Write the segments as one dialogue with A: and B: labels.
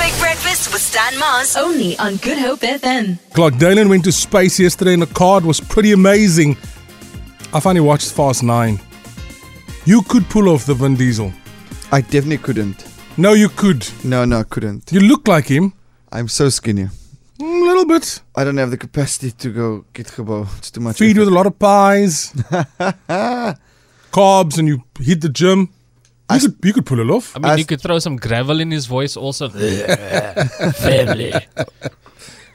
A: Breakfast with Stan Mars.
B: Only on Good Hope FM.
C: Clark Dolan went to space yesterday and the card was pretty amazing. I finally watched Fast 9. You could pull off the Vin Diesel.
D: I definitely couldn't.
C: No, you could.
D: No, no, I couldn't.
C: You look like him.
D: I'm so skinny.
C: A little bit.
D: I don't have the capacity to go get gebo. It's too much.
C: Feed with a lot of pies, carbs, and you hit the gym. You could, you could pull it off.
E: I mean,
D: As-
E: you could throw some gravel in his voice also. Family.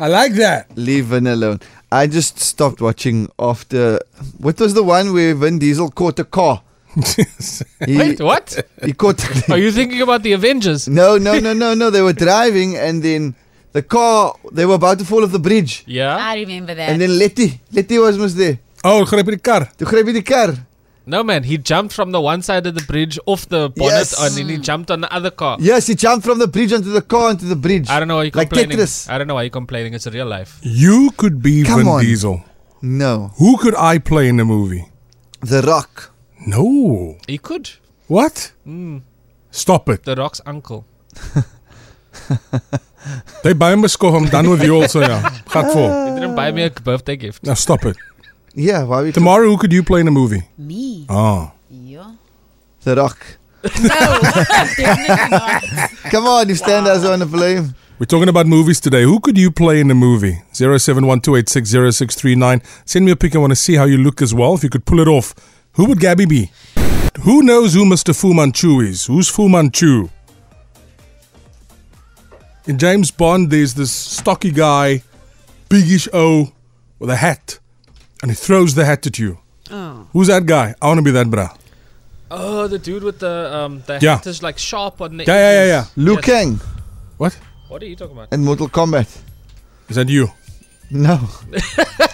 C: I like that.
D: Leave Vin alone. I just stopped watching after. What was the one where Vin Diesel caught a car? He,
E: Wait, what?
D: he caught.
E: Are you thinking about the Avengers?
D: no, no, no, no, no. They were driving and then the car. They were about to fall off the bridge.
E: Yeah.
F: I remember that.
D: And then Letty, Letty was was there.
C: Oh, grab the car.
D: To grab the car.
E: No, man. He jumped from the one side of the bridge off the bonnet
D: Yes.
E: and then he jumped on the other car.
D: Yes, he jumped from the bridge onto the car onto the bridge.
E: I don't know why you're
D: Like
E: complaining.
D: Tetris.
E: I don't know why you're complaining. It's real life.
C: You could be
D: Come
C: Vin
D: on.
C: Diesel.
D: No,
C: Who could I play in a movie?
D: The Rock.
C: No.
E: He could.
C: What? Stop it.
E: The Rock's uncle.
C: They buy him a score. I'm done with you also now. Gaat voor.
E: He didn't buy me a birthday gift.
C: Now stop it.
D: Yeah, why we
C: Tomorrow, who could you play in a movie?
F: Me.
C: Oh.
F: Yeah.
D: The Rock.
F: No, definitely not.
D: Come on, if Stan doesn't want to play him.
C: We're talking about movies today. Who could you play in a movie? 0712860639. Send me a pic. I want to see how you look as well. If you could pull it off, who would Gabby be? Who knows who Mr. Fu Manchu is? Who's Fu Manchu? In James Bond, there's this stocky guy, biggish O, with a hat, and he throws the hat at you. Who's that guy? I want to be that bra.
E: Oh, the dude with the um, the
C: Yeah.
E: hat is like sharp on the
C: Yeah, yeah, yeah, yeah.
E: edges.
D: Liu
E: Yes.
D: Kang
C: What?
E: What are you talking about?
D: and Mortal Kombat.
C: Is that you?
D: No,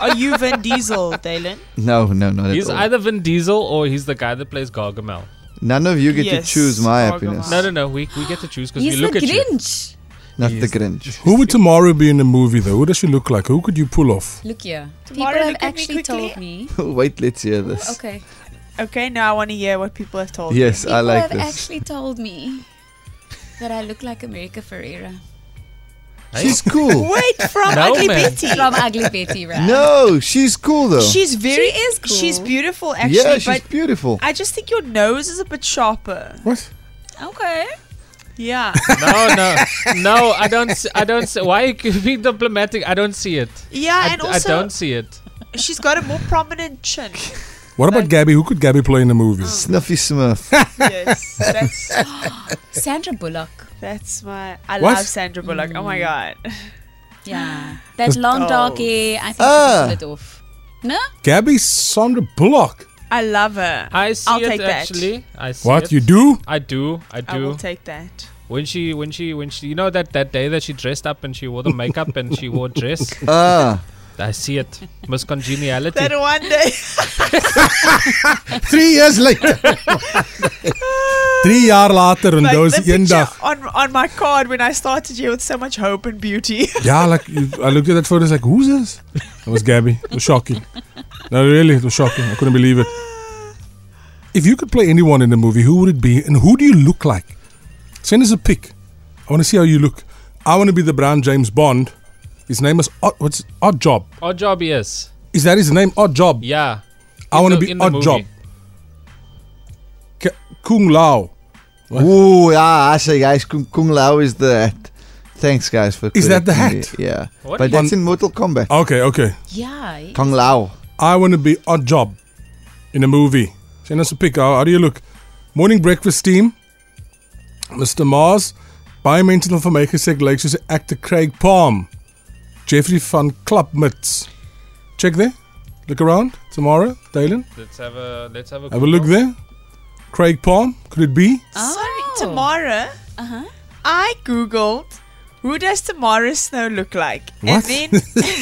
G: Are you Vin Diesel, Dalen?
D: no, no, not at
E: He's
D: all.
E: either Vin Diesel or he's the guy that plays Gargamel.
D: None of you get
G: Yes,
D: to choose my
G: Gargamel.
D: happiness.
E: No, no, no. We, we get to choose because we
F: He's the
E: look at you.
F: Grinch.
D: Not the Grinch.
C: Who would tomorrow be in a movie though? Who does she look like? Who could you pull off?
F: Look here.
G: Tomorrow
F: People have
G: look at me
F: actually
G: quickly.
F: told me.
D: Wait, let's hear this.
F: Okay.
G: Okay, now I want to hear what people have told. you.
D: Yes,
F: People
D: I like
F: have
D: this.
F: actually told me that I look like America Ferrera
D: She's cool.
G: Wait, from
E: No,
G: Ugly
E: man.
G: Betty.
F: from Ugly Betty, right?
D: no, she's cool though.
G: She's very.
F: She is cool.
G: She's beautiful, actually.
D: yeah, she's
G: but
D: beautiful.
G: I just think your nose is a bit sharper.
C: What?
G: Okay. Yeah.
E: No, no, no. I don't. s- I don't. s- Why you could be diplomatic? I don't see it.
G: Yeah,
E: I,
G: and
E: d- I
G: also
E: don't see it.
G: she's got a more prominent chin.
C: What about Gabby? Who could Gabby play in a movie?
E: Oh.
D: Snuffy Smith.
G: Yes, that's
F: Sandra Bullock.
G: that's my. I
C: What?
G: love Sandra Bullock. Oh my god.
F: Yeah. That long dark hair. I think
D: Oh. Ah.
F: she could pull it off. No?
C: Gabby Sandra Bullock.
G: I love her.
E: I see
G: I'll
E: it
G: take that.
E: actually. I see
C: What
E: it.
C: you do?
E: I do. I
G: I
E: do.
G: will take that.
E: when she, when she, when she, you know that that day that she dressed up and she wore the makeup and she wore dress.
D: ah,
E: I see it. Miss congeniality.
G: Then one day,
D: three years later.
C: Drie jaar later en
G: like
C: daar
G: the
C: is één
G: picture
C: dag.
G: on on my card when I started here with so much hope and beauty.
C: Yeah, like you, I looked at that photo, I was like, who's this? It was Gabby. It was shocking. No, really, it was shocking. I couldn't believe it. If you could play anyone in a movie, who would it be, and who do you look like? Send us a pic. I want to see how you look. I want to be the brand James Bond. His name is Odd, what's Odd Job.
E: Odd job, yes.
C: Is that his name? Odd Job.
E: Yeah.
C: I want to
E: the-
C: be
E: in the
C: Odd
E: movie.
C: Job. K- Kung Lao.
D: Ooh, yeah, I say, guys, Kung, Kung Lao is the hat. Thanks, guys, for.
C: Is that the
D: correcting
C: hat?
D: me. Yeah,
E: What
D: but
E: is-
D: that's in Mortal Kombat.
C: Okay, okay.
F: Yeah. eh?
D: Kung Lao.
C: I want to be odd job in a movie. Send us a pic. How, how do you look? Morning breakfast team. Mr. Mars. Biomentaal vermakersek lyk soos 'n actor Craig Palm. Jeffrey van Klapmuts. Check there. Look around. Tomorrow, Dalen.
E: Let's have a let's have a
C: Have a look
E: Google.
C: there. Craig Palm. Could it be?
F: Oh.
G: Sorry, Tamara.
F: Uh-huh.
G: I googled who does Tamara Snow look like,
C: What?
G: and then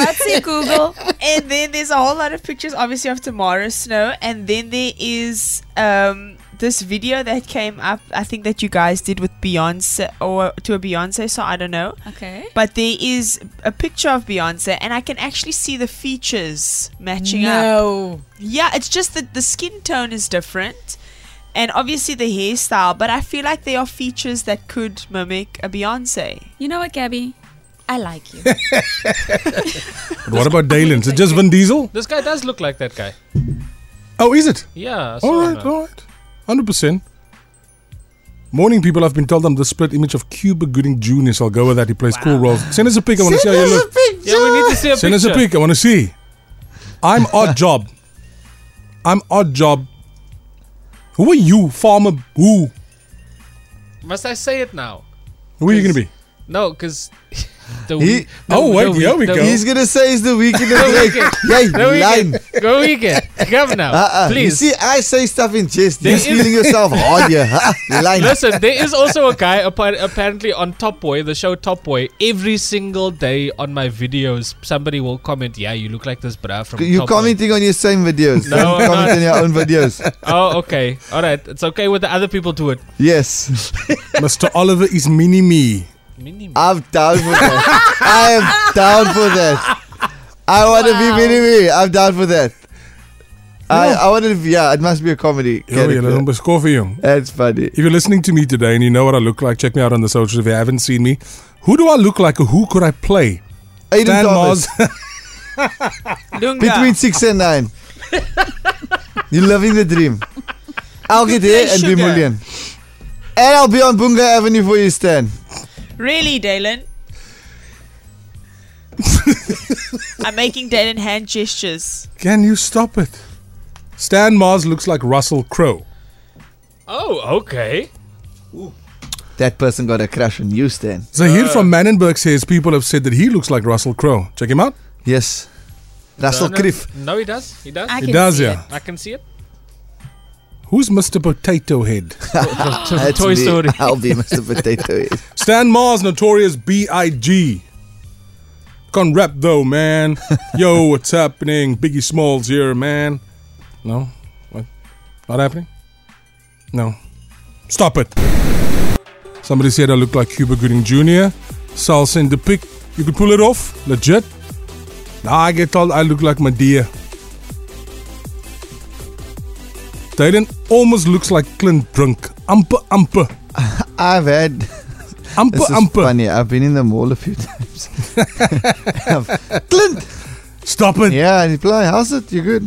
F: What's it, Google?
G: and then there's a whole lot of pictures, obviously, of Tamara Snow, and then there is um, this video that came up. I think that you guys did with Beyonce or to a Beyonce, so I don't know.
F: Okay.
G: But there is a picture of Beyonce, and I can actually see the features matching up.
F: No.
G: Yeah, it's just that the skin tone is different. and obviously the hairstyle. But I feel like there are features that could mimic a Beyonce.
F: You know what, Gabby? I like you.
C: But what about Dalen? Is it just Vin Diesel?
E: This guy does look like that guy.
C: Oh, is it?
E: Yeah. I saw
C: All
E: him,
C: right,
E: man.
C: all right. 100%. Morning people, I've been told I'm the split image of Cuba Gooding Jr., so I'll go with that. He plays cool roles. Send us a pic. I want to see how you look.
E: Yeah, we need to see a
C: Send us
E: picture.
C: a pic. I want to see. I'm odd job. I'm odd job. Who are you, farmer? Who?
E: Must I say it now?
C: Who are you gonna be?
E: No, because the
D: He-
E: week. the-
C: Oh, wait,
E: the
C: here we
E: the
C: go.
D: He's gonna say it's the week in the
E: weekend.
D: break.
E: The
D: Hey,
E: weekend.
D: line.
E: Go weekend. Come now,
D: Uh-uh. You
E: please.
D: see, I say stuff in jest.
E: There
D: You're
E: is-
D: feeling yourself hard here. Uh-uh. Line.
E: Listen, there is also a guy appa- apparently on Top Boy, the show Top Boy. Every single day on my videos, somebody will comment, "Yeah, you look like this bra from."
D: You're
E: Top Boy."
D: commenting on your same videos.
E: No,
D: Don't
E: I'm
D: comment
E: not.
D: on your own videos.
E: Oh, okay. All right. It's okay with the other people do it.
D: Yes.
C: Mr. Oliver is mini me.
E: Mini-
D: I'm down for that. I am down for that. I want to
F: Wow.
D: be mini me. I'm down for that. I, I want to, yeah, it must be a comedy.
C: Yo, julle
D: character.
C: hom beskoor vir jou.
D: That's funny.
C: If you're listening to me today and you know what I look like, check me out on the socials if you haven't seen me. Who do I look like or who could I play?
D: Aiden
C: Dan
D: Thomas,
C: Mars.
G: Lunga.
D: between six and nine. You're living the dream. I'll get
G: play
D: here and be
G: sugar.
D: million. And I'll be on Bunga Avenue for you, Stan.
G: Really, Dalen? I'm making Dalen hand gestures.
C: Can you stop it? Stan Mars looks like Russell Crowe.
E: Oh, okay.
D: That person got a crush on you, Stan.
C: Zahir
F: Uh.
C: from Mannenberg says people have said that he looks like Russell Crowe. Check him out.
D: Yes. Uh, Russell
E: no,
D: Criff.
E: No, he does. He does.
F: I
E: I,
C: He
F: can
C: does,
F: see
C: yeah.
E: can see it.
C: Who's Mr. Potato Head?
D: That's
E: Toy
D: me.
E: Story.
D: I'll be Mr. Potato Head.
C: Stan Mars, notorious B.I.G. Con rap though, man. Yo, what's happening? Biggie Smalls here, man. No? What? Not happening? No. Stop it. Somebody said I look like Cuba Gooding Jr. Salsa in the pic. You could pull it off. Legit. Now I get told I look like Medea. Dayden almost looks like Clint Drunk. Amper, amper.
D: I've had.
C: Amper,
D: This is
C: amper.
D: funny. I've been in the mall a few times. Clint.
C: Stop it.
D: Yeah, and reply. How's it? You good?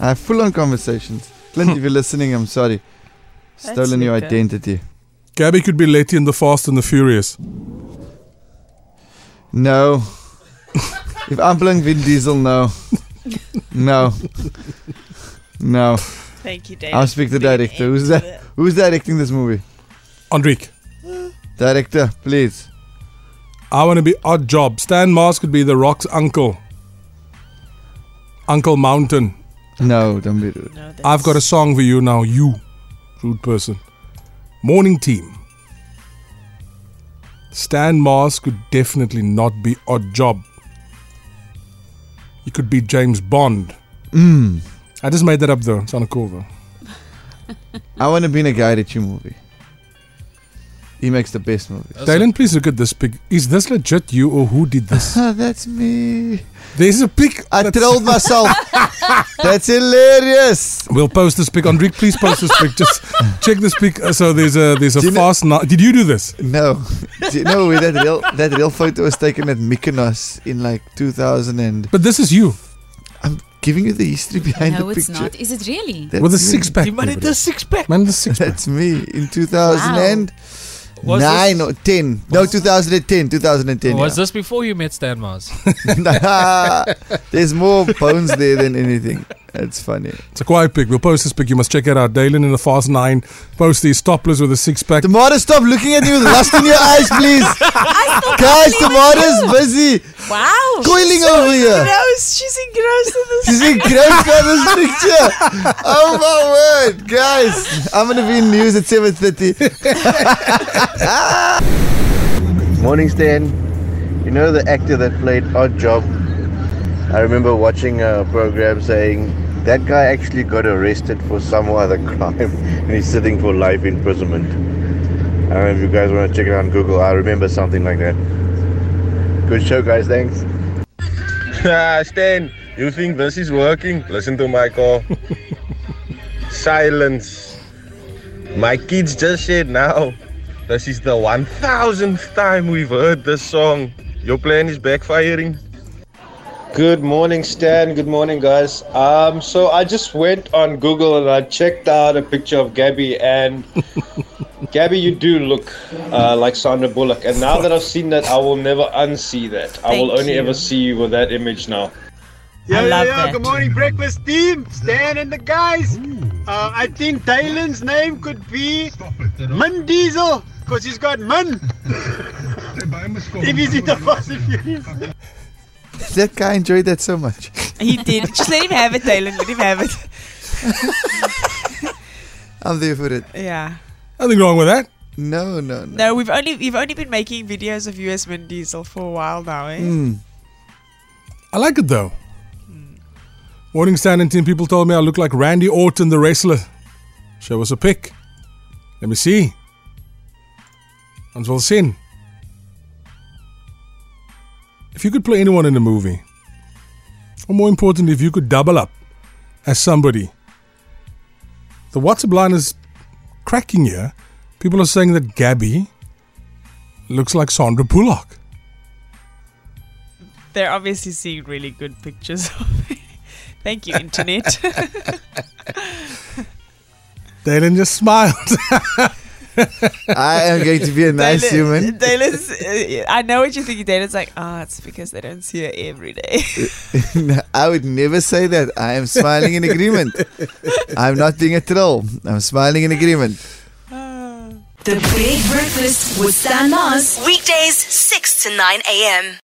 D: I have full-on conversations. Clint, if you're listening, I'm sorry. Stolen your
G: Luca.
D: identity.
C: Gabby could be Letty in the Fast and the Furious.
D: No. if I'm playing Vin Diesel, no. No. No.
G: Thank you, Dalen.
D: I'll speak to
G: Being
D: director. Who's
G: into
D: that? Who's directing this movie?
C: Andrik,
D: Director, please.
C: I want to be Odd Job. Stan Mars could be The Rock's uncle. Uncle Mountain.
D: No, don't be rude.
G: it. No,
C: I've got a song for you now, you rude person. Morning Team. Stan Mars could definitely not be Odd Job. He could be James Bond. Hmm. I just made that up though. It's on a cool though.
D: I want to be in a Guy Ritchie movie. He makes the best movies.
C: Dylan, please look at this pic. Is this legit you or who did this?
D: Ah, that's me.
C: There's a pic.
D: I
C: that's-
D: trolled myself. that's hilarious.
C: We'll post this pic. Andrik, please post this pic. Just check this pic. Uh, So there's a there's a
D: Do you know-
C: fast. ni- Did you do this?
D: No, Do you know that real that real photo was taken at Mykonos in like 2000 and
C: But this is you
D: I'm giving you the history behind
F: No,
D: the
F: it's
D: picture.
F: not. Is it really?
D: That's
C: with a
D: me.
C: six pack. Man,
E: six pack.
C: the six pack.
D: That's me in 2000
F: Wow.
D: and
E: Was
D: nine
E: this-
D: or ten. No, 2010. 2010.
E: Was
D: yeah.
E: this before you met Stan Mars?
D: Nah, There's more bones there than anything. That's funny.
C: It's a quiet pic. We'll post this pic. You must check it out. Dylan in the fast nine. Post these topless with a six pack.
D: Tomato, stop looking at me with lust in your eyes, please. Guys, Tomato's busy
F: Wow.
D: coiling over here.
G: Gross. She's engrossed in this.
D: She's engrossed by this picture. Oh my word, guys! I'm gonna be in news at 7:30.
A: Morning, Stan. You know the actor that played Odd Job? I remember watching a program saying that guy actually got arrested for some other crime and he's sitting for life imprisonment. I don't know if you guys want to check it out on Google. I remember something like that. Good show, guys. Thanks.
H: Ah, Stan, you think this is working? Listen to my call. Silence. My kids just said now, this is the 1000th time we've heard this song. Your plan is backfiring. Good morning, Stan. Good morning, guys. Um, so I just went on Google and I checked out a picture of Gabby, and Gabby, you do look uh, like Sandra Bullock. And now that I've seen that, I will never unsee that. I will
G: Thank
H: only
G: you.
H: ever see you with that image now.
I: Yeah, yeah,
G: I love
I: yeah.
G: that.
I: Good morning, breakfast team. Stan and the guys. Uh, I think Dylan's name could be Mun Diesel because he's got Mun. if he's in the Fast and Furious.
D: That guy enjoyed that so much.
G: He did. Just let him have it, Dylan. Let him have it.
D: I'm there for it.
G: Yeah.
C: Nothing wrong with that.
D: No, no, no.
G: No, we've only you've only been making videos of you as Vin Diesel for a while now, eh?
D: Mm.
C: I like it though. Morning Stan and team people told me I look like Randy Orton, the wrestler. Show us a pic. Let me see. Ons wil sien. If you could play anyone in a movie, or more importantly, if you could double up as somebody, the WhatsApp line is cracking here. People are saying that Gabby looks like Sandra Bullock.
G: They're obviously seeing really good pictures of me. Thank you, internet.
C: Dalen just smiled.
D: I am going to be a nice
G: Dylan-
D: human.
G: Dylan's, uh, I know what you're thinking. Dylan's like, ah, it's because they don't see her every day.
D: No, I would never say that. I am smiling in agreement. I'm not being a troll. I'm smiling in agreement.
B: The Big Breakfast with Stan Mars. Weekdays, 6 to 9 a.m.